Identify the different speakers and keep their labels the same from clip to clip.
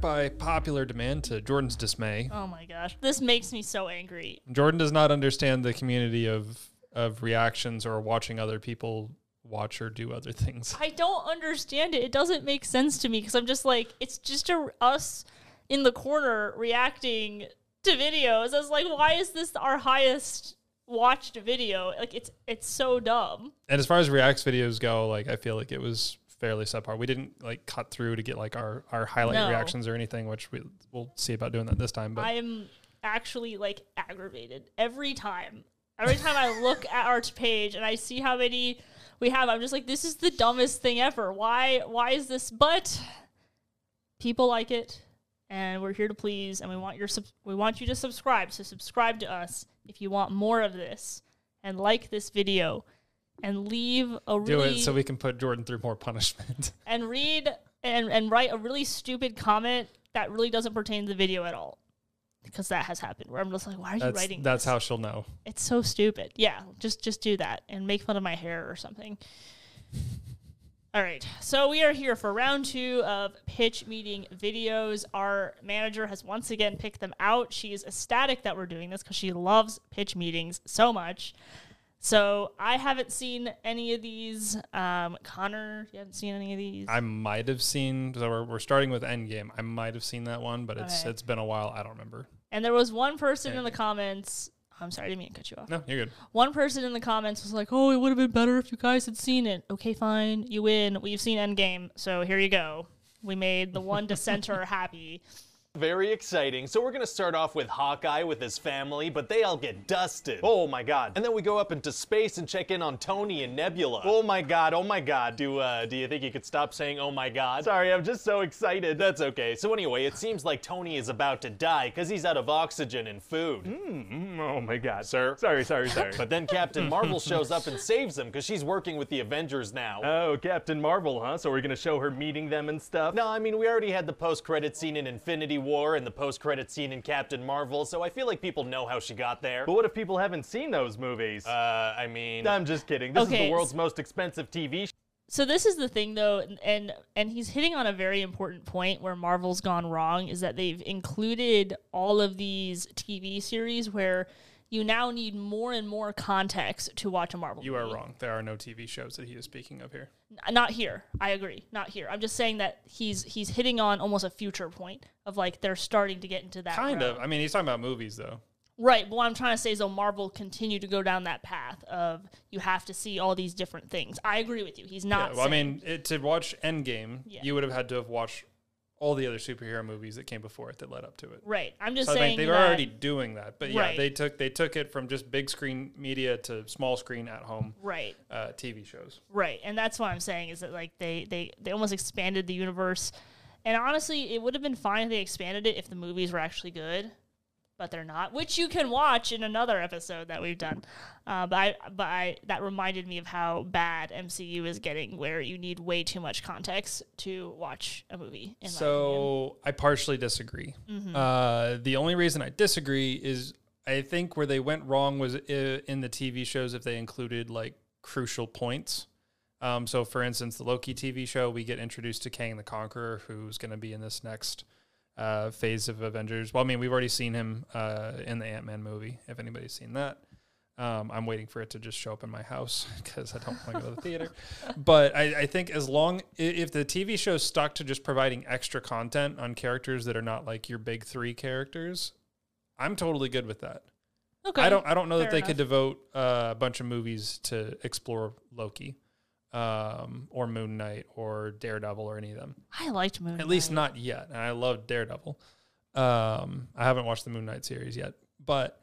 Speaker 1: by popular demand to Jordan's dismay.
Speaker 2: Oh my gosh, this makes me so angry.
Speaker 1: Jordan does not understand the community of of reactions or watching other people watch or do other things.
Speaker 2: I don't understand it. It doesn't make sense to me because I'm just like, it's just a, us in the corner reacting to videos. I was like, why is this our highest watched video? Like, it's it's so dumb.
Speaker 1: And as far as React's videos go, like I feel like it was fairly subpar. We didn't like cut through to get like our our highlight
Speaker 2: No.
Speaker 1: reactions or anything, which we we'll see about doing that this time. But
Speaker 2: I'm actually like aggravated every time. Every time I look at our page and I see how many we have, I'm just like, this is the dumbest thing ever. Why? Why is this? But people like it, and we're here to please, and we want your sub- we want you to subscribe. So subscribe to us if you want more of this, and like this video, and leave a
Speaker 1: do
Speaker 2: really
Speaker 1: it so we can put Jordan through more punishment.
Speaker 2: and read and and write a really stupid comment that really doesn't pertain to the video at all. Because that has happened where I'm just like, why are you
Speaker 1: that's
Speaker 2: writing
Speaker 1: that's
Speaker 2: this?
Speaker 1: how she'll know.
Speaker 2: it's so stupid. Yeah, just just do that and make fun of my hair or something. All right. So we are here for round 2 of pitch meeting videos. Our manager has once again picked them out. She is ecstatic that we're doing this cuz she loves pitch meetings so much. So I haven't seen any of these. Um, Connor, you haven't seen any of these.
Speaker 1: I might have seen. So we're, we're starting with Endgame. I might have seen that one, but it's
Speaker 2: Okay.
Speaker 1: it's been a while. I don't remember.
Speaker 2: And there was one person in
Speaker 1: Yeah.
Speaker 2: the comments. I'm sorry, I didn't mean to cut you off.
Speaker 1: No, you're good.
Speaker 2: One person in the comments was like, "Oh, it would have been better if you guys had seen it." Okay, fine, you win. We've seen Endgame, so here you go. We made the one dissenter happy.
Speaker 3: Very exciting. So we're gonna start off with Hawkeye with his family, but they all get dusted. Oh my god. And then we go up into space and check in on Tony and Nebula. Oh my god, oh my god. Do uh do you think you could stop saying oh my god? Sorry, I'm just so excited. That's okay. So anyway, it seems like Tony is about to die because he's out of oxygen and food. hmm,
Speaker 4: Oh my god, sir. Sorry, sorry, sorry.
Speaker 3: But then Captain Marvel shows up and saves him because she's working with the Avengers now.
Speaker 4: oh, Captain Marvel, huh? So we're gonna show her meeting them and stuff?
Speaker 3: No, I mean, we already had the post credit scene in Infinity War and the post credit scene in Captain Marvel, so I feel like people know how she got there.
Speaker 4: But what if people haven't seen those movies?
Speaker 3: Uh, I mean,
Speaker 4: I'm just kidding. This is
Speaker 2: Okay,
Speaker 4: the world's
Speaker 2: s-
Speaker 4: most expensive TV sh-
Speaker 2: So this is the thing, though, and- and and he's hitting on a very important point where Marvel's gone wrong is that they've included all of these TV series where you now need more and more context to watch a Marvel.
Speaker 1: You are
Speaker 2: movie.
Speaker 1: wrong. There are no TV shows that he is speaking of here.
Speaker 2: not here. I agree. Not here. I'm just saying that he's he's hitting on almost a future point of like they're starting to get into that
Speaker 1: Kind
Speaker 2: realm.
Speaker 1: of. I mean, he's talking about movies though.
Speaker 2: right. But what I'm trying to say is, though, Marvel continue to go down that path of you have to see all these different things. I agree with you. He's
Speaker 1: Yeah,
Speaker 2: not.
Speaker 1: well, I
Speaker 2: saying-
Speaker 1: mean, it, to watch Endgame,
Speaker 2: Yeah.
Speaker 1: you would have had to have watched all the other superhero movies that came before it that led up to it.
Speaker 2: right. I'm just
Speaker 1: So I
Speaker 2: saying
Speaker 1: think they were
Speaker 2: that-
Speaker 1: already doing that, but yeah,
Speaker 2: Right.
Speaker 1: they took they took it from just big screen media to small screen at home
Speaker 2: right.
Speaker 1: uh, TV shows.
Speaker 2: Right, and that's what I'm saying is that like they they they almost expanded the universe, and honestly, it would have been fine if they expanded it if the movies were actually good, but they're not, which you can watch in another episode that we've done. Uh, but I, but I, that reminded me of how bad MCU is getting, where you need way too much context to watch a movie. In my opinion. Mm-hmm.
Speaker 1: So I partially disagree. Uh, the only reason I disagree is I think where they went wrong was i- in the TV shows if they included like crucial points. Um, so, for instance, the Loki TV show, we get introduced to Kang the Conqueror, who's going to be in this next uh, phase of Avengers. Well, I mean, we've already seen him uh, in the Ant Man movie, if anybody's seen that. Um, I'm waiting for it to just show up in my house because I don't want to go to the theater. But I, I think as long i- if the TV show stuck to just providing extra content on characters that are not like your big three characters, I'm totally good with that.
Speaker 2: okay,
Speaker 1: I don't I don't know that
Speaker 2: Fair
Speaker 1: they could devote uh, a bunch of movies to explore Loki, um, or Moon Knight, or Daredevil, or any of them.
Speaker 2: I liked Moon.
Speaker 1: At least
Speaker 2: Knight.
Speaker 1: not yet. And I love Daredevil. Um, I haven't watched the Moon Knight series yet, but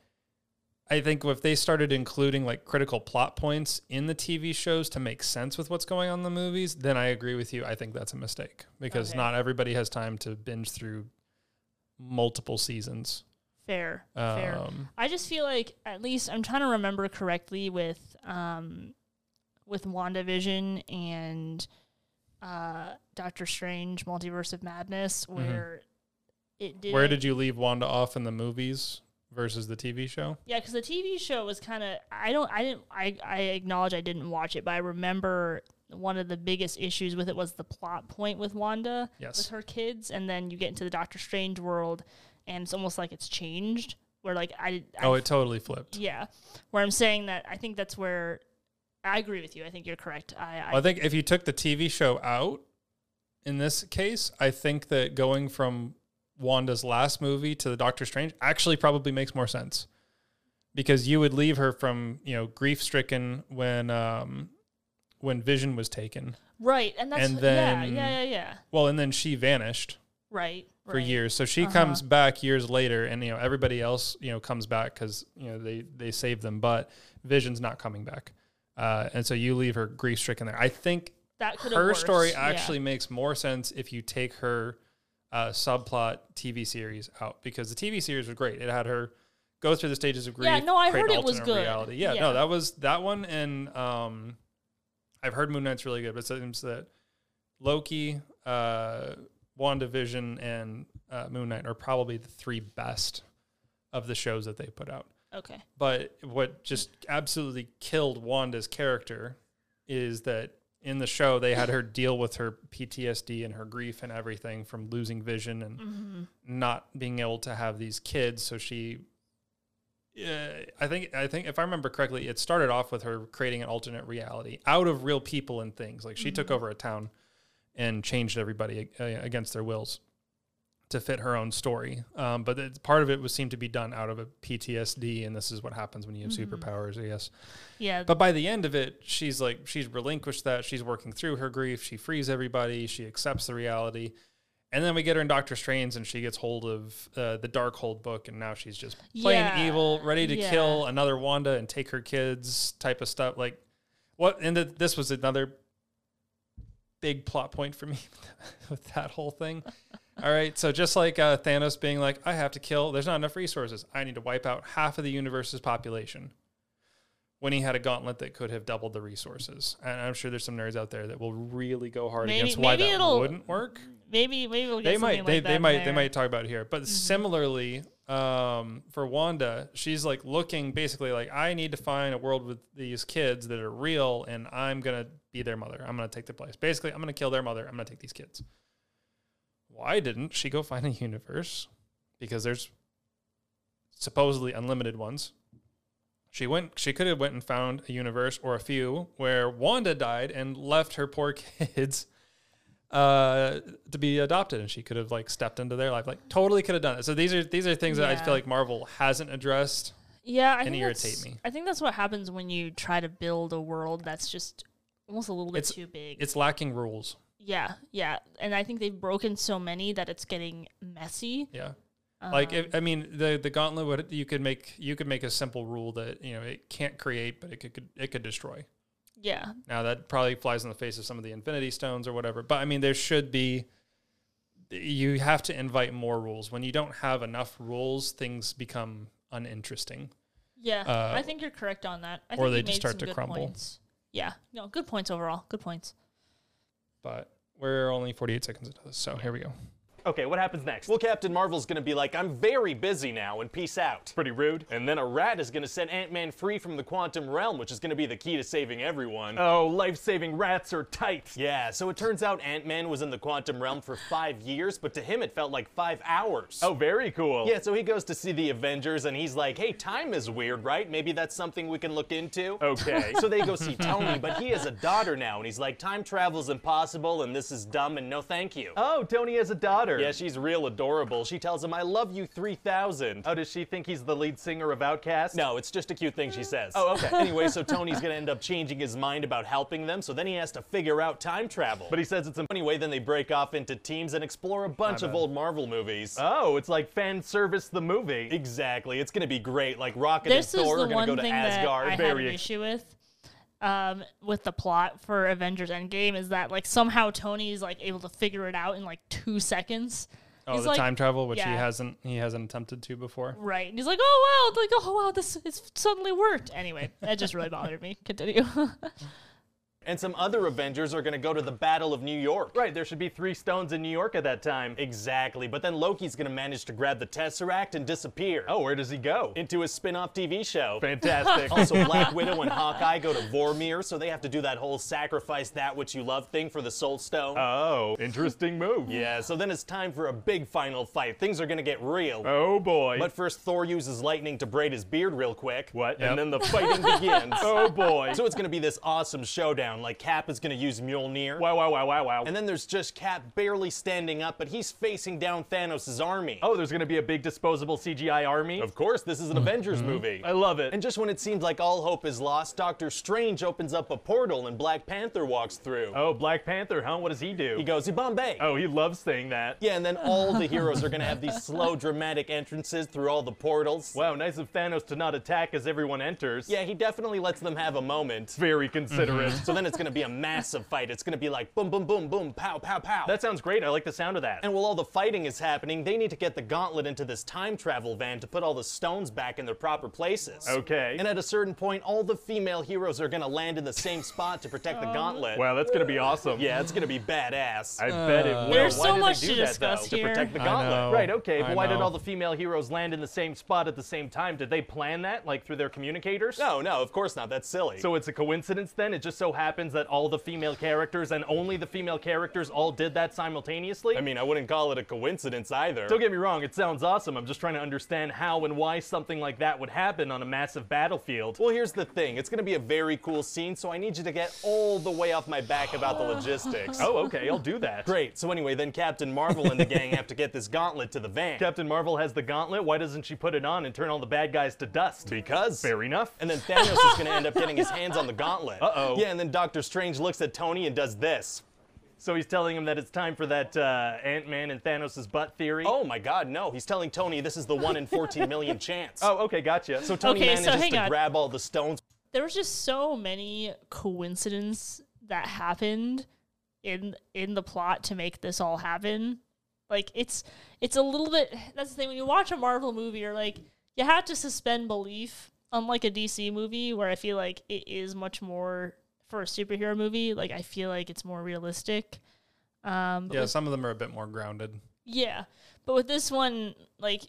Speaker 1: I think if they started including like critical plot points in the TV shows to make sense with what's going on in the movies, then I agree with you. I think that's a mistake because
Speaker 2: Okay.
Speaker 1: not everybody has time to binge through multiple seasons.
Speaker 2: fair, fair.
Speaker 1: Um,
Speaker 2: I just feel like at least I'm trying to remember correctly with um with WandaVision and uh Doctor Strange Multiverse of Madness where it did
Speaker 1: Mm-hmm. where did you leave Wanda off in the movies versus the TV show?
Speaker 2: yeah, because the TV show was kind of I don't I didn't I I acknowledge I didn't watch it, but I remember one of the biggest issues with it was the plot point with Wanda
Speaker 1: Yes.
Speaker 2: with her kids, and then you get into the Doctor Strange world, and it's almost like it's changed. Where like I, I
Speaker 1: Oh, it totally flipped.
Speaker 2: yeah, where I'm saying that I think that's where I agree with you. I think you're correct. I, I
Speaker 1: I think if you took the TV show out in this case, I think that going from Wanda's last movie to the Doctor Strange actually probably makes more sense because you would leave her from, you know, grief stricken when, um, when Vision was taken.
Speaker 2: right, and that's
Speaker 1: and then-
Speaker 2: yeah, yeah, yeah, yeah,
Speaker 1: Well, and then she vanished
Speaker 2: right,
Speaker 1: for
Speaker 2: right.
Speaker 1: years. So she comes back years later, and you know everybody else you know comes back because you know they they save them, but Vision's not coming back, uh, and so you leave her grief stricken there. I think
Speaker 2: That could
Speaker 1: her story actually makes more sense if you take her uh, subplot TV series out because the TV series was great. It had her go through the stages of grief.
Speaker 2: Yeah, no, I
Speaker 1: create an
Speaker 2: heard it was
Speaker 1: alternate
Speaker 2: good.
Speaker 1: Reality. Yeah,
Speaker 2: Yeah.
Speaker 1: no, that was that one, and um, I've heard Moon Knight's really good, but it seems that Loki, uh, WandaVision, and uh, Moon Knight are probably the three best of the shows that they put out.
Speaker 2: okay.
Speaker 1: But what just absolutely killed Wanda's character is that in the show they had her deal with her PTSD and her grief and everything from losing vision and not being able to have these kids. So she, uh, I think, I think if I remember correctly, it started off with her creating an alternate reality out of real people and things. Like she took over a town and changed everybody uh, against their wills to fit her own story. Um, but it, part of it was seemed to be done out of a PTSD, and this is what happens when you have
Speaker 2: Mm-hmm.
Speaker 1: superpowers, I guess.
Speaker 2: Yeah,
Speaker 1: But by the end of it, she's like she's relinquished that. She's working through her grief. She frees everybody. She accepts the reality. And then we get her in Doctor Strange, and she gets hold of uh, the Darkhold book, and now she's just plain
Speaker 2: Yeah,
Speaker 1: evil, ready to
Speaker 2: yeah.
Speaker 1: kill another Wanda and take her kids, type of stuff. Like what? And th- this was another big plot point for me with that whole thing. All right, so just like uh, Thanos being like, I have to kill. There's not enough resources. I need to wipe out half of the universe's population when he had a gauntlet that could have doubled the resources. And I'm sure there's some nerds out there that will really go hard
Speaker 2: Maybe-
Speaker 1: against why
Speaker 2: maybe
Speaker 1: that
Speaker 2: it'll-
Speaker 1: wouldn't work.
Speaker 2: maybe maybe we'll get
Speaker 1: They
Speaker 2: something
Speaker 1: might,
Speaker 2: like
Speaker 1: they,
Speaker 2: that
Speaker 1: they
Speaker 2: in
Speaker 1: might, they
Speaker 2: there. Mm-hmm.
Speaker 1: might talk about it here. But similarly, um, for Wanda, she's like looking basically like I need to find a world with these kids that are real, and I'm gonna be their mother. I'm gonna take their place. Basically, I'm gonna kill their mother. I'm gonna take these kids. Why didn't she go find a universe? Because there's supposedly unlimited ones. She went. She could have went and found a universe or a few where Wanda died and left her poor kids uh, to be adopted, and she could have like stepped into their life. Like totally could have done it. So these are these are things that I
Speaker 2: Yeah.
Speaker 1: feel like Marvel hasn't addressed.
Speaker 2: Yeah, I
Speaker 1: and
Speaker 2: think
Speaker 1: irritate
Speaker 2: that's-
Speaker 1: me.
Speaker 2: I think that's what happens when you try to build a world that's just almost a little bit
Speaker 1: It's-
Speaker 2: too big.
Speaker 1: It's lacking rules.
Speaker 2: yeah, yeah, and I think they've broken so many that it's getting messy.
Speaker 1: Yeah. like if, I mean, the the gauntlet would you could make you could make a simple rule that you know it can't create, but it could, could it could destroy.
Speaker 2: Yeah,
Speaker 1: Now that probably flies in the face of some of the Infinity Stones or whatever. But I mean, there should be. You have to invite more rules. When you don't have enough rules, things become uninteresting.
Speaker 2: yeah,
Speaker 1: Uh,
Speaker 2: I think you're correct on that. I
Speaker 1: or
Speaker 2: think you
Speaker 1: they just
Speaker 2: made
Speaker 1: start
Speaker 2: some
Speaker 1: to
Speaker 2: good
Speaker 1: crumble.
Speaker 2: Points. Yeah, no, good points overall. Good points.
Speaker 1: But we're only 48 seconds into this, so here we go.
Speaker 4: Okay, what happens next?
Speaker 3: Well, Captain Marvel's gonna be like, I'm very busy now and peace out.
Speaker 4: pretty rude.
Speaker 3: And then a rat is gonna set Ant Man free from the quantum realm, which is gonna be the key to saving everyone.
Speaker 4: Oh, life-saving rats are tight.
Speaker 3: yeah, so it turns out Ant Man was in the quantum realm for five years, but to him it felt like five hours.
Speaker 4: Oh, very cool.
Speaker 3: Yeah, so he goes to see the Avengers and he's like, hey, time is weird, right? Maybe that's something we can look into.
Speaker 4: Okay.
Speaker 3: So they go see Tony, but he has a daughter now, and he's like, time travel's impossible, and this is dumb, and no thank you.
Speaker 4: oh, Tony has a daughter.
Speaker 3: Yeah, she's real adorable. She tells him, I love you 3000.
Speaker 4: oh, does she think he's the lead singer of Outkast?
Speaker 3: No, it's just a cute thing she says. Oh, okay. anyway, so Tony's gonna end up changing his mind about helping them, so then he has to figure out time travel.
Speaker 4: But he says it's a.
Speaker 3: anyway, then they break off into teams and explore a bunch of
Speaker 1: bad.
Speaker 3: old Marvel movies.
Speaker 4: Oh, it's like fan service the movie.
Speaker 3: Exactly. It's gonna be great. Like Rocket
Speaker 2: This
Speaker 3: and
Speaker 2: is
Speaker 3: Thor
Speaker 2: the
Speaker 3: are gonna
Speaker 2: one
Speaker 3: go to
Speaker 2: thing that
Speaker 3: Asgard.
Speaker 2: I had an
Speaker 3: Very
Speaker 2: issue with. Um, with the plot for Avengers Endgame is that like somehow Tony's like able to figure it out in like two seconds.
Speaker 1: Oh,
Speaker 2: He's
Speaker 1: the
Speaker 2: like-
Speaker 1: time travel, which he
Speaker 2: yeah.
Speaker 1: hasn't he hasn't attempted to before.
Speaker 2: Right. And he's like, oh, wow. Like, oh, wow, this it's suddenly worked. Anyway, that just really bothered me. Continue.
Speaker 3: and some other Avengers are gonna go to the Battle of New York.
Speaker 4: Right, there should be three stones in New York at that time.
Speaker 3: Exactly, but then Loki's gonna manage to grab the Tesseract and disappear.
Speaker 4: Oh, where does he go?
Speaker 3: Into his spin off TV show.
Speaker 4: Fantastic.
Speaker 3: Also, Black Widow and Hawkeye go to Vormir, so they have to do that whole sacrifice that which you love thing for the Soul Stone.
Speaker 4: oh, interesting move.
Speaker 3: yeah, so then it's time for a big final fight. Things are gonna get real.
Speaker 4: Oh boy.
Speaker 3: But first, Thor uses lightning to braid his beard real quick.
Speaker 4: what?
Speaker 1: Yep.
Speaker 4: And then the
Speaker 3: Fighting
Speaker 4: fighting.
Speaker 3: begins.
Speaker 4: oh boy.
Speaker 3: So it's gonna be this awesome showdown. Like Cap is gonna use Mjolnir.
Speaker 4: wow, wow, wow, wow, wow.
Speaker 3: And then there's just Cap barely standing up, but he's facing down Thanos' army.
Speaker 4: oh, Hmm. there's gonna be a big disposable CGI army.
Speaker 3: Of course, this is an Avengers movie.
Speaker 4: I love it.
Speaker 3: And just when it seems like all hope is lost, Doctor Strange opens up a portal and Black Panther walks through.
Speaker 4: oh, Black Panther, huh? What does he do?
Speaker 3: He goes, to Bombay.
Speaker 4: oh, he loves saying that.
Speaker 3: Yeah, and then all the heroes are gonna have these slow, dramatic entrances through all the portals.
Speaker 4: Wow, nice of Thanos to not attack as everyone enters.
Speaker 3: Yeah, Mm-hmm. he definitely lets them have a moment.
Speaker 4: Very considerate.
Speaker 3: So then it's gonna be a massive fight. It's gonna be like boom, boom, boom, boom, pow, pow, pow.
Speaker 4: that sounds great. I like the sound of that.
Speaker 3: And while all the fighting is happening, they need to get the gauntlet into this time travel van to put all the stones back in their proper places.
Speaker 4: Okay.
Speaker 3: And at a certain point, all the female heroes are gonna land in the same spot to protect
Speaker 4: Oh.
Speaker 3: the gauntlet.
Speaker 4: wow, that's gonna be awesome.
Speaker 3: Yeah, it's gonna be badass.
Speaker 4: I bet it will.
Speaker 2: There's
Speaker 4: Why
Speaker 2: so
Speaker 4: do they
Speaker 2: much
Speaker 4: do
Speaker 2: to
Speaker 4: that,
Speaker 2: discuss
Speaker 4: though?
Speaker 2: here.
Speaker 4: To protect the
Speaker 1: I
Speaker 4: gauntlet.
Speaker 1: know.
Speaker 4: Uh, Right, okay, but
Speaker 1: I
Speaker 4: why did
Speaker 1: know.
Speaker 4: all the female heroes land in the same spot at the same time? Did they plan that, like through their communicators?
Speaker 3: no, no, of course not. That's silly.
Speaker 4: So it's a coincidence then? It just so happens that all the female characters and only the female characters all did that simultaneously?
Speaker 3: I mean, I wouldn't call it a coincidence either.
Speaker 4: don't get me wrong, it sounds awesome. I'm just trying to understand how and why something like that would happen on a massive battlefield.
Speaker 3: Well, here's the thing. It's gonna be a very cool scene, so I need you to get all the way off my back about the logistics.
Speaker 4: Oh, okay, I'll do that.
Speaker 3: Great. So anyway, then Captain Marvel and the gang have to get this gauntlet to the van.
Speaker 4: Captain Marvel has the gauntlet. Why doesn't she put it on and turn all the bad guys to dust?
Speaker 3: because
Speaker 4: Fair enough.
Speaker 3: And then Thanos is going to end up getting his hands on the gauntlet.
Speaker 4: Uh-oh.
Speaker 3: Yeah, and then Doctor Strange looks at Tony and does this.
Speaker 4: so he's telling him that it's time for that uh, Ant-Man and Thanos' butt theory.
Speaker 3: Oh my god, no. He's telling Tony this is the 1 in 14 million chance.
Speaker 4: Oh, okay, gotcha. So
Speaker 3: Tony
Speaker 2: Okay, so
Speaker 3: manages
Speaker 2: hang
Speaker 3: to
Speaker 2: on.
Speaker 3: grab all the stones.
Speaker 2: there was just so many coincidences that happened in in the plot to make this all happen. Like it's it's a little bit that's the thing when you watch a Marvel movie you're like you have to suspend belief unlike a DC movie where I feel like it is much more for a superhero movie like I feel like it's more realistic. Um but
Speaker 1: Yeah, some of them are a bit more grounded.
Speaker 2: yeah. But with this one, like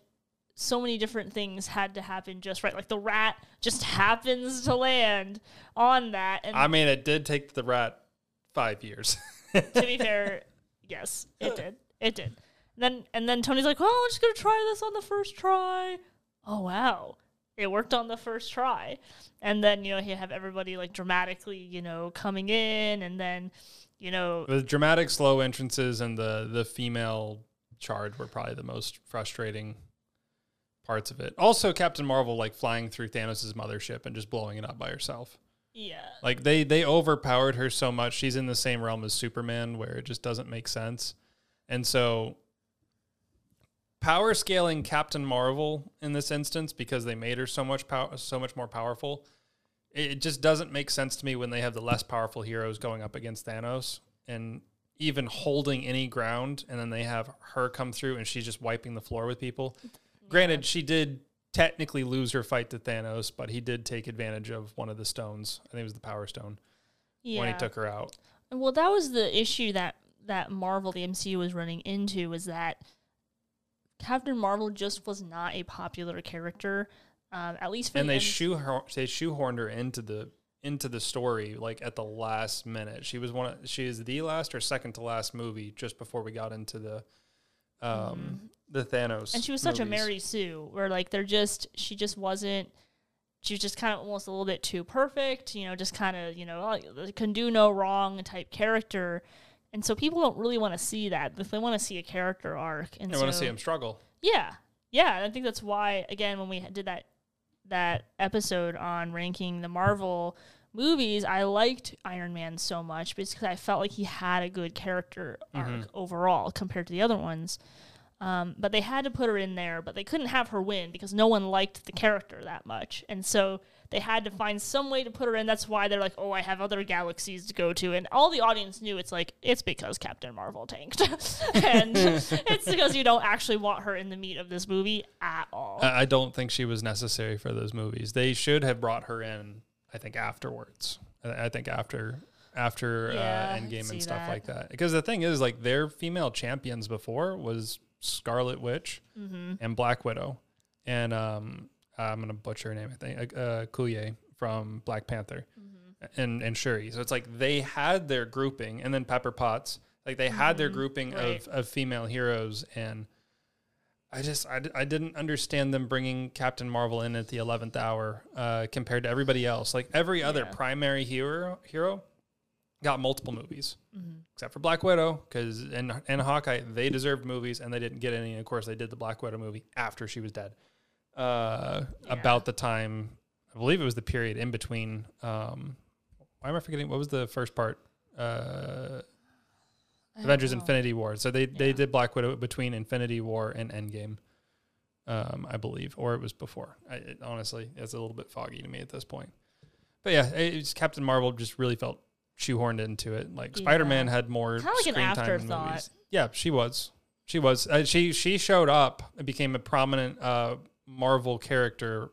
Speaker 2: so many different things had to happen just right. Like the rat just happens to land on that. And
Speaker 1: I mean, it did take the rat five years.
Speaker 2: to be fair, yes, it did. It did. And then and then Tony's like, "Well, I'm just gonna try this on the first try." Oh wow, it worked on the first try. And then you know you have everybody like dramatically you know coming in, and then you know
Speaker 1: the dramatic slow entrances and the the female charge were probably the most frustrating parts of it. Also, Captain Marvel like flying through Thanos' mothership and just blowing it up by herself.
Speaker 2: yeah.
Speaker 1: Like they they overpowered her so much. She's in the same realm as Superman where it just doesn't make sense. And so power scaling Captain Marvel in this instance because they made her so much power so much more powerful. It, it just doesn't make sense to me when they have the less powerful heroes going up against Thanos and even holding any ground and then they have her come through and she's just wiping the floor with people. Granted, she did technically lose her fight to Thanos, but he did take advantage of one of the stones. I think it was the Power Stone
Speaker 2: yeah.
Speaker 1: when he took her out.
Speaker 2: Well, that was the issue that that Marvel the MCU was running into was that Captain Marvel just was not a popular character, um, at least for
Speaker 1: And
Speaker 2: the
Speaker 1: they
Speaker 2: M-
Speaker 1: shoe her, they shoehorned her into the into the story like at the last minute. She was one. Of, she is the last or second to last movie just before we got into the um the Thanos.
Speaker 2: Mm-hmm. and she was such a
Speaker 1: movies.
Speaker 2: Mary Sue, where like they're just she just wasn't. She was just kind of almost a little bit too perfect, you know, just kind of you know like, uh, can do no wrong type character, and so people don't really want to see that. If they want to see a character arc, and
Speaker 1: I want to
Speaker 2: so-
Speaker 1: see him struggle.
Speaker 2: Yeah, yeah, and I think that's why again when we did that that episode on ranking the Marvel movies, I liked Iron Man so much because I felt like he had a good character arc overall compared to the other ones. Um, but they had to put her in there, but they couldn't have her win because no one liked the character that much, and so they had to find some way to put her in. That's why they're like, "Oh, I have other galaxies to go to," and all the audience knew it's like it's because Captain Marvel tanked, and it's because you don't actually want her in the meat of this movie at all.
Speaker 1: I I don't think she was necessary for those movies. They should have brought her in. I think afterwards. I I think after after
Speaker 2: Yeah,
Speaker 1: uh,
Speaker 2: I
Speaker 1: Endgame
Speaker 2: see
Speaker 1: and stuff
Speaker 2: that.
Speaker 1: like that. Because the thing is, like their female champions before was Scarlet Witch
Speaker 2: Mm-hmm.
Speaker 1: and Black Widow, and um, I'm gonna butcher her name. I think uh, uh, Kuye from Black Panther, and and Shuri. So it's like they had their grouping, and then Pepper Potts. Like they had their grouping
Speaker 2: right.
Speaker 1: of of female heroes and. I just I, d- I didn't understand them bringing Captain Marvel in at the eleventh hour uh, compared to everybody else. Like every other primary hero hero got multiple movies, except for Black Widow because and and Hawkeye they deserved movies and they didn't get any. Of course, they did the Black Widow movie after she was dead, uh, about the time I believe it was the period in between. Um, why am I forgetting what was the first part? Uh, Avengers Infinity War. So they, they did Black Widow between Infinity War and Endgame, um, I believe, or it was before. I, it, honestly, it's a little bit foggy to me at this point. But yeah, it, it's Captain Marvel just really felt shoehorned into it. Like Spider Man had more
Speaker 2: Kinda like an
Speaker 1: screen time in
Speaker 2: afterthought.
Speaker 1: movies. Yeah, she was. She was. Uh, she she showed up and became a prominent uh, Marvel character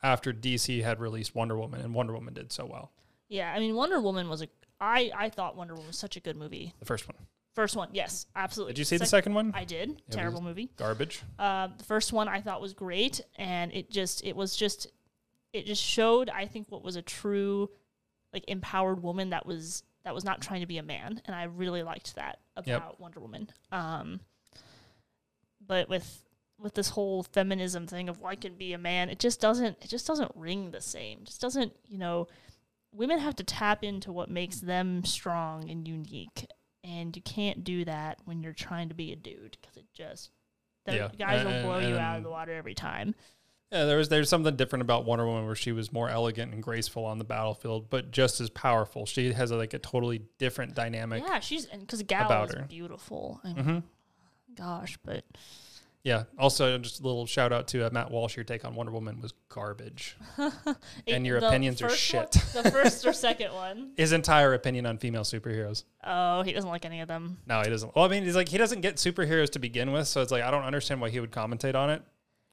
Speaker 1: after DC had released Wonder Woman, and Wonder Woman did so well.
Speaker 2: Yeah, I mean, Wonder Woman was a. I I thought Wonder Woman was such a good movie.
Speaker 1: The first one.
Speaker 2: First one, yes, absolutely.
Speaker 1: Did you see the
Speaker 2: Sec-
Speaker 1: second one?
Speaker 2: I did. Terrible movie.
Speaker 1: Garbage.
Speaker 2: Uh, the first one I thought was great, and it just it was just it just showed I think what was a true like empowered woman that was that was not trying to be a man, and I really liked that about Wonder Woman. Um, but with with this whole feminism thing of why can be a man, it just doesn't it just doesn't ring the same. Just doesn't you know. Women have to tap into what makes them strong and unique, and you can't do that when you're trying to be a dude because it just the
Speaker 1: Yeah,
Speaker 2: guys will
Speaker 1: and-
Speaker 2: blow you out of
Speaker 1: and-
Speaker 2: the water every time.
Speaker 1: Yeah, there was there's something different about Wonder Woman where she was more elegant and graceful on the battlefield, but just as powerful. She has like a totally different dynamic. Yeah.
Speaker 2: yeah, she's because Gal
Speaker 1: about
Speaker 2: is
Speaker 1: her. Mm-hmm.
Speaker 2: beautiful. I mean, Gosh, but
Speaker 1: Also, just a little shout out to uh, Matt Walsh. Your take on Wonder Woman was garbage. And your
Speaker 2: the
Speaker 1: opinions are
Speaker 2: first one-
Speaker 1: shit.
Speaker 2: the first or second one.
Speaker 1: His entire opinion on female superheroes.
Speaker 2: Oh, he doesn't like any of them.
Speaker 1: No, he doesn't. Well, I mean, he's like he doesn't get superheroes to begin with, so it's like I don't understand why he would commentate on it.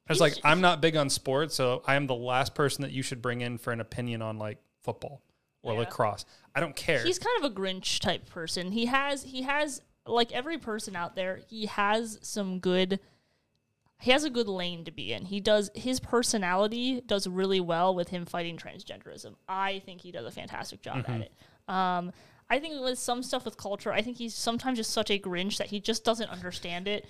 Speaker 1: I was
Speaker 2: He's
Speaker 1: like,
Speaker 2: ju-
Speaker 1: I'm not big on sports, so I am the last person that you should bring in for an opinion on like football or
Speaker 2: Yeah.
Speaker 1: lacrosse. I don't care.
Speaker 2: He's kind of a Grinch type person. He has he has like every person out there, he has some good he has a good lane to be in. He does his personality does really well with him fighting transgenderism. I think he does a fantastic job
Speaker 1: Mm-hmm.
Speaker 2: at it. Um I think with some stuff with culture, I think he's sometimes just such a Grinch that he just doesn't understand it.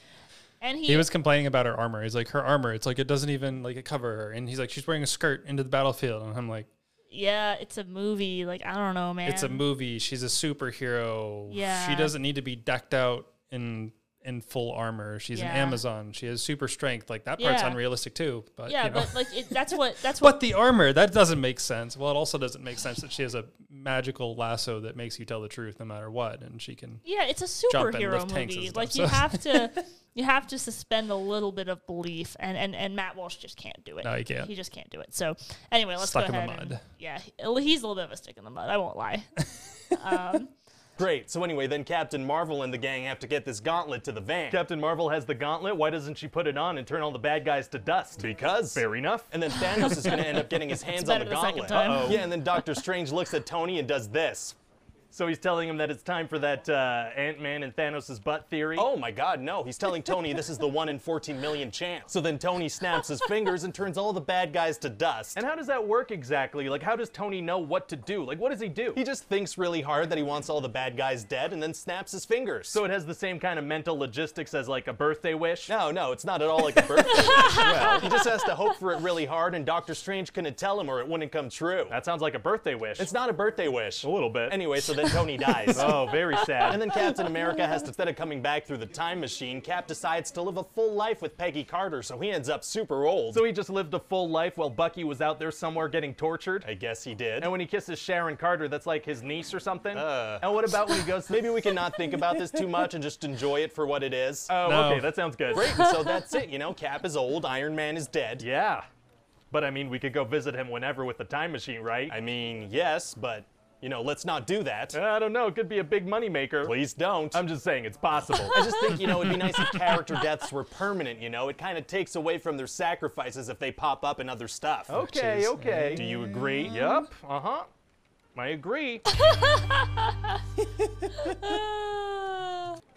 Speaker 2: And he,
Speaker 1: He was complaining about her armor. He's like, her armor, it's like it doesn't even like it cover her. And he's like, she's wearing a skirt into the battlefield. And I'm like,
Speaker 2: yeah, it's a movie. Like I don't know, man.
Speaker 1: it's a movie. She's a superhero.
Speaker 2: Yeah.
Speaker 1: She doesn't need to be decked out in in full armor. She's
Speaker 2: Yeah.
Speaker 1: an Amazon. She has super strength. Like that part's
Speaker 2: Yeah.
Speaker 1: unrealistic too. But
Speaker 2: Yeah,
Speaker 1: you know.
Speaker 2: but like it, that's what that's what
Speaker 1: But the armor, that doesn't make sense. Well, it also doesn't make sense that she has a magical lasso that makes you tell the truth no matter what, and she can.
Speaker 2: Yeah, it's a
Speaker 1: jump and
Speaker 2: superhero
Speaker 1: lift tanks and
Speaker 2: movie.
Speaker 1: stuff,
Speaker 2: Like you
Speaker 1: so-
Speaker 2: have to you have to suspend a little bit of belief and and, and Matt Walsh just can't do it.
Speaker 1: No, he can't.
Speaker 2: He just can't do it. So anyway, let's
Speaker 1: Stuck
Speaker 2: go
Speaker 1: in the
Speaker 2: ahead. and-
Speaker 1: mud.
Speaker 2: yeah, he- he's a little bit of a stick in the mud. I won't lie.
Speaker 3: Great. So anyway, then Captain Marvel and the gang have to get this gauntlet to the van.
Speaker 4: Captain Marvel has the gauntlet. Why doesn't she put it on and turn all the bad guys to dust?
Speaker 3: because.
Speaker 4: Fair enough.
Speaker 3: And then Thanos is going to end up getting his hands on
Speaker 2: better
Speaker 3: the
Speaker 2: the second
Speaker 3: gauntlet.
Speaker 2: time.
Speaker 4: Uh-oh.
Speaker 3: Yeah, and then Doctor Strange looks at Tony and does this.
Speaker 4: So he's telling him that it's time for that uh, Ant-Man and Thanos' butt theory.
Speaker 3: Oh my god, no. He's telling Tony this is the 1 in 14 million chance. So then Tony snaps his fingers and turns all the bad guys to dust.
Speaker 4: And
Speaker 3: And
Speaker 4: how does that work exactly? Like, how does Tony know what to do? Like, what does he do?
Speaker 3: he just thinks really hard that he wants all the bad guys dead and then snaps his fingers.
Speaker 4: so it has the same kind of mental logistics as like a birthday wish.
Speaker 3: No, no, it's not at all like a birthday. wish. well, he just has to hope for it really hard, and Doctor Strange couldn't tell him, or it wouldn't come true.
Speaker 4: That sounds like a birthday wish.
Speaker 3: It's not a birthday wish.
Speaker 4: a little bit.
Speaker 3: Anyway, so then Tony dies.
Speaker 4: Oh, very sad.
Speaker 3: And then Captain America has to, instead of coming back through the time machine, Cap decides to live a full life with Peggy Carter, so he ends up super old.
Speaker 4: so he just lived a full life while Bucky was out there somewhere getting tortured.
Speaker 3: I guess he did.
Speaker 4: And when he kisses Sharon Carter, that's like his niece or something.
Speaker 3: Uh.
Speaker 4: and what about when he goes?
Speaker 3: Maybe we can not think about this too much and just enjoy it for what it is.
Speaker 4: Oh,
Speaker 1: No.
Speaker 4: okay, that sounds good.
Speaker 3: Great, and so that's it. You know, Cap is old, Iron Man is dead.
Speaker 4: Yeah, but I mean, we could go visit him whenever with the time machine, right? Uh,
Speaker 3: I mean, yes, but, you know, let's not do that.
Speaker 4: I don't know. It could be a big moneymaker.
Speaker 3: Please don't.
Speaker 4: I'm just saying it's possible.
Speaker 3: I just think, you know, it'd be nice if character deaths were permanent, you know? It kind of takes away from their sacrifices if they pop up in other stuff.
Speaker 4: okay,
Speaker 1: Jeez.
Speaker 4: okay.
Speaker 3: Do you agree?
Speaker 4: Yep. Uh huh. I agree.
Speaker 2: Uh,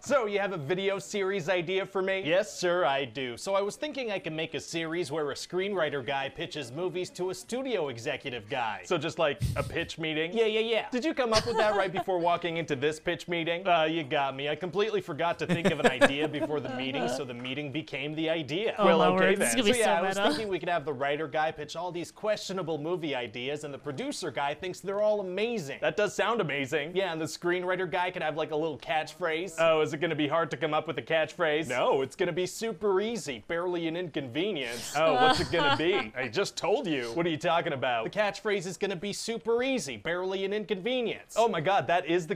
Speaker 3: So, you have a video series idea for me?
Speaker 4: Yes.
Speaker 3: sir, I do. So, I was thinking I could make a series where a screenwriter guy pitches movies to a studio executive guy.
Speaker 4: so just like a pitch meeting.
Speaker 3: yeah, yeah, yeah.
Speaker 4: Did you come up with that right before walking into this pitch meeting?
Speaker 3: Uh, you got me. I completely forgot to think of an idea before the meeting, so the meeting became the idea.
Speaker 2: Oh my
Speaker 4: okay
Speaker 2: word,
Speaker 4: then.
Speaker 2: this is gonna be so
Speaker 3: so yeah, I was
Speaker 2: meta.
Speaker 3: thinking we could have the writer guy pitch all these questionable movie ideas, and the producer guy thinks they're all amazing.
Speaker 4: That does sound amazing.
Speaker 3: yeah, and the screenwriter guy could have like a little catchphrase.
Speaker 4: Oh, is it going to be hard to come up with a catchphrase?
Speaker 3: no, it's gonna be super easy, barely an inconvenience.
Speaker 4: Oh, what's it going to be?
Speaker 3: I just told you.
Speaker 4: What are you talking
Speaker 3: The
Speaker 4: about?
Speaker 3: catchphrase is gonna be super easy, barely an inconvenience.
Speaker 4: Oh my god, that is the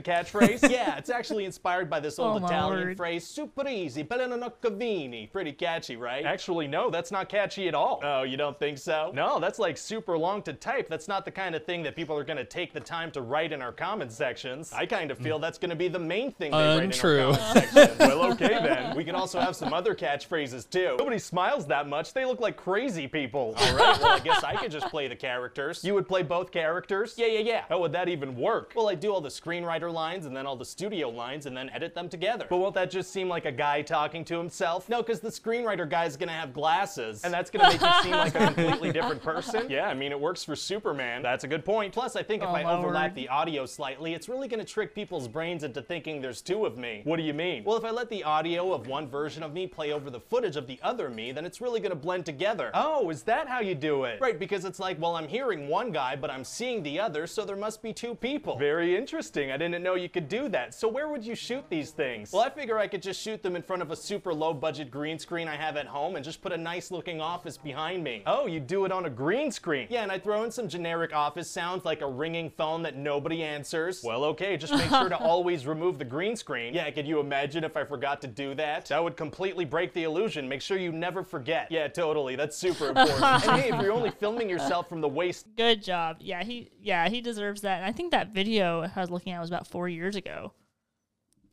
Speaker 4: catchphrase?
Speaker 3: yeah, it's actually inspired by this old
Speaker 2: Oh, my
Speaker 3: Italian
Speaker 2: word.
Speaker 3: phrase, super easy, bello non cavini. Pretty catchy, right?
Speaker 4: Actually, no, that's not catchy at all.
Speaker 3: oh, you don't think so?
Speaker 4: no, that's like super long to type. That's not the kind of thing that people are going to take the time to write in our comment sections.
Speaker 3: I kind of feel that's gonna be the main thing they
Speaker 1: Untrue.
Speaker 3: write in our comment section.
Speaker 4: well, okay then.
Speaker 3: We
Speaker 4: We,
Speaker 3: could also have some other catchphrases too.
Speaker 4: nobody smiles that much. They look like crazy people.
Speaker 3: All right, well, I guess I could just play the characters.
Speaker 4: You would play both characters?
Speaker 3: yeah, yeah, yeah.
Speaker 4: How would that even work?
Speaker 3: Well, I do all the screenwriter lines and then all the studio lines and then edit them together.
Speaker 4: But won't that just seem like a guy talking to himself?
Speaker 3: no, because the screwriter guy's gonna have glasses.
Speaker 4: And that's gonna make you seem like a completely different person?
Speaker 3: yeah, I mean, it works for Superman.
Speaker 4: That's a good point.
Speaker 3: Plus, I think if
Speaker 2: Oh,
Speaker 3: I
Speaker 2: my
Speaker 3: overlap
Speaker 4: Mm-hmm.
Speaker 2: word.
Speaker 3: the audio slightly, it's really gonna trick people's brains into thinking there's two of me.
Speaker 4: What do you mean?
Speaker 3: Well, if I let the audio of one version of me play over the footage of the other me, then it's really gonna blend together.
Speaker 4: oh, is that how you do it?
Speaker 3: Right, because it's like, well, I'm hearing one guy, but I'm seeing the other, so there must be two people.
Speaker 4: Very interesting. I didn't know you could do that. So where would you shoot these things?
Speaker 3: Well, I figure I could just shoot them in front of a super low budget green screen I have at home and just put a nice looking office behind me.
Speaker 4: oh, you do it on a green screen.
Speaker 3: Yeah, and I throw in some generic office sounds like a ringing phone that nobody answers.
Speaker 4: Well, okay, just make sure to always remove the green screen.
Speaker 3: yeah, could you imagine if I forgot to do that?
Speaker 4: That would completely break the illusion. Make sure you never forget.
Speaker 3: Yeah, totally. That's super important.
Speaker 4: And hey, if you're only filming yourself from the waist
Speaker 2: good job. Yeah, he yeah he deserves that. And I think that video I was looking at was about four years ago.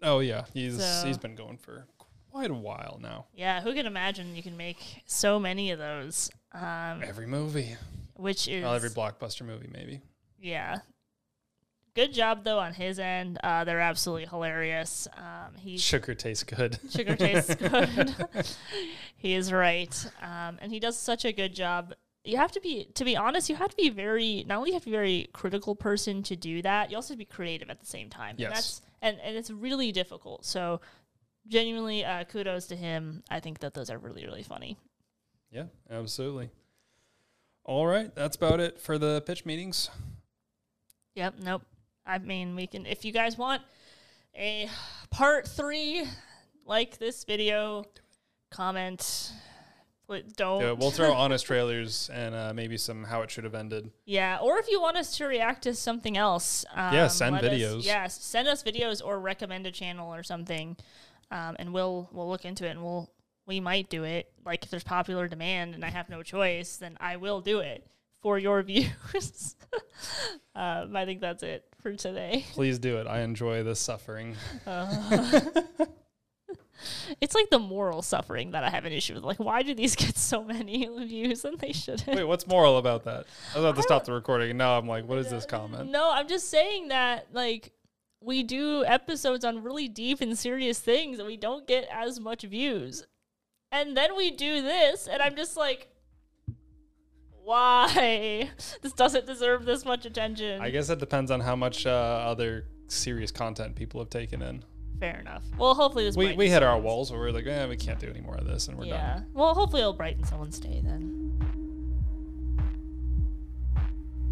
Speaker 1: Oh yeah, he's
Speaker 2: So-
Speaker 1: he's been going for quite a while now.
Speaker 2: Yeah, who can imagine you can make so many of those? Um,
Speaker 1: Every movie,
Speaker 2: which is
Speaker 1: well, every blockbuster movie, maybe.
Speaker 2: yeah. Good job though on his end. Uh, they're absolutely hilarious. Um, he's
Speaker 1: Sugar tastes good.
Speaker 2: Sugar tastes good. he is right, um, and he does such a good job. You have to be, to be honest, you have to be very. Not only you have to be a very critical person to do that, you also have to be creative at the same time.
Speaker 1: Yes.
Speaker 2: And that's and, and it's really difficult. So, genuinely, uh, kudos to him. I think that those are really really funny.
Speaker 1: yeah, absolutely. All right, that's about it for the pitch meetings.
Speaker 2: Yep. Nope. I mean, we can if you guys want a part three like this video, comment. Pl- Don't.
Speaker 1: Yeah, we'll throw honest trailers and uh, maybe some how it should have ended.
Speaker 2: Yeah, or if you want us to react to something else, um,
Speaker 1: Yeah, send
Speaker 2: let us-
Speaker 1: videos.
Speaker 2: yes, send us videos or recommend a channel or something, um, and we'll we'll look into it and we'll we might do it. Like if there's popular demand and I have no choice, then I will do it for your views. um, I think that's it for today.
Speaker 1: Please do it. I enjoy the suffering.
Speaker 2: It's like the moral suffering that I have an issue with. Like, why do these get so many views and they shouldn't?
Speaker 1: Wait, what's moral about that? I was about to stop the recording, and now I'm like, what is this comment?
Speaker 2: No, I'm just saying that like we do episodes on really deep and serious things and we don't get as much views. And then we do this and I'm just like why? This doesn't deserve this much attention.
Speaker 1: I guess it depends on how much uh, other serious content people have taken in.
Speaker 2: Fair enough. Well, hopefully this
Speaker 1: We,
Speaker 2: brightens
Speaker 1: we hit our
Speaker 2: someone's-
Speaker 1: walls where we're like, eh, we can't do any more of this, and we're done.
Speaker 2: Yeah. Well, hopefully it'll brighten someone's day then.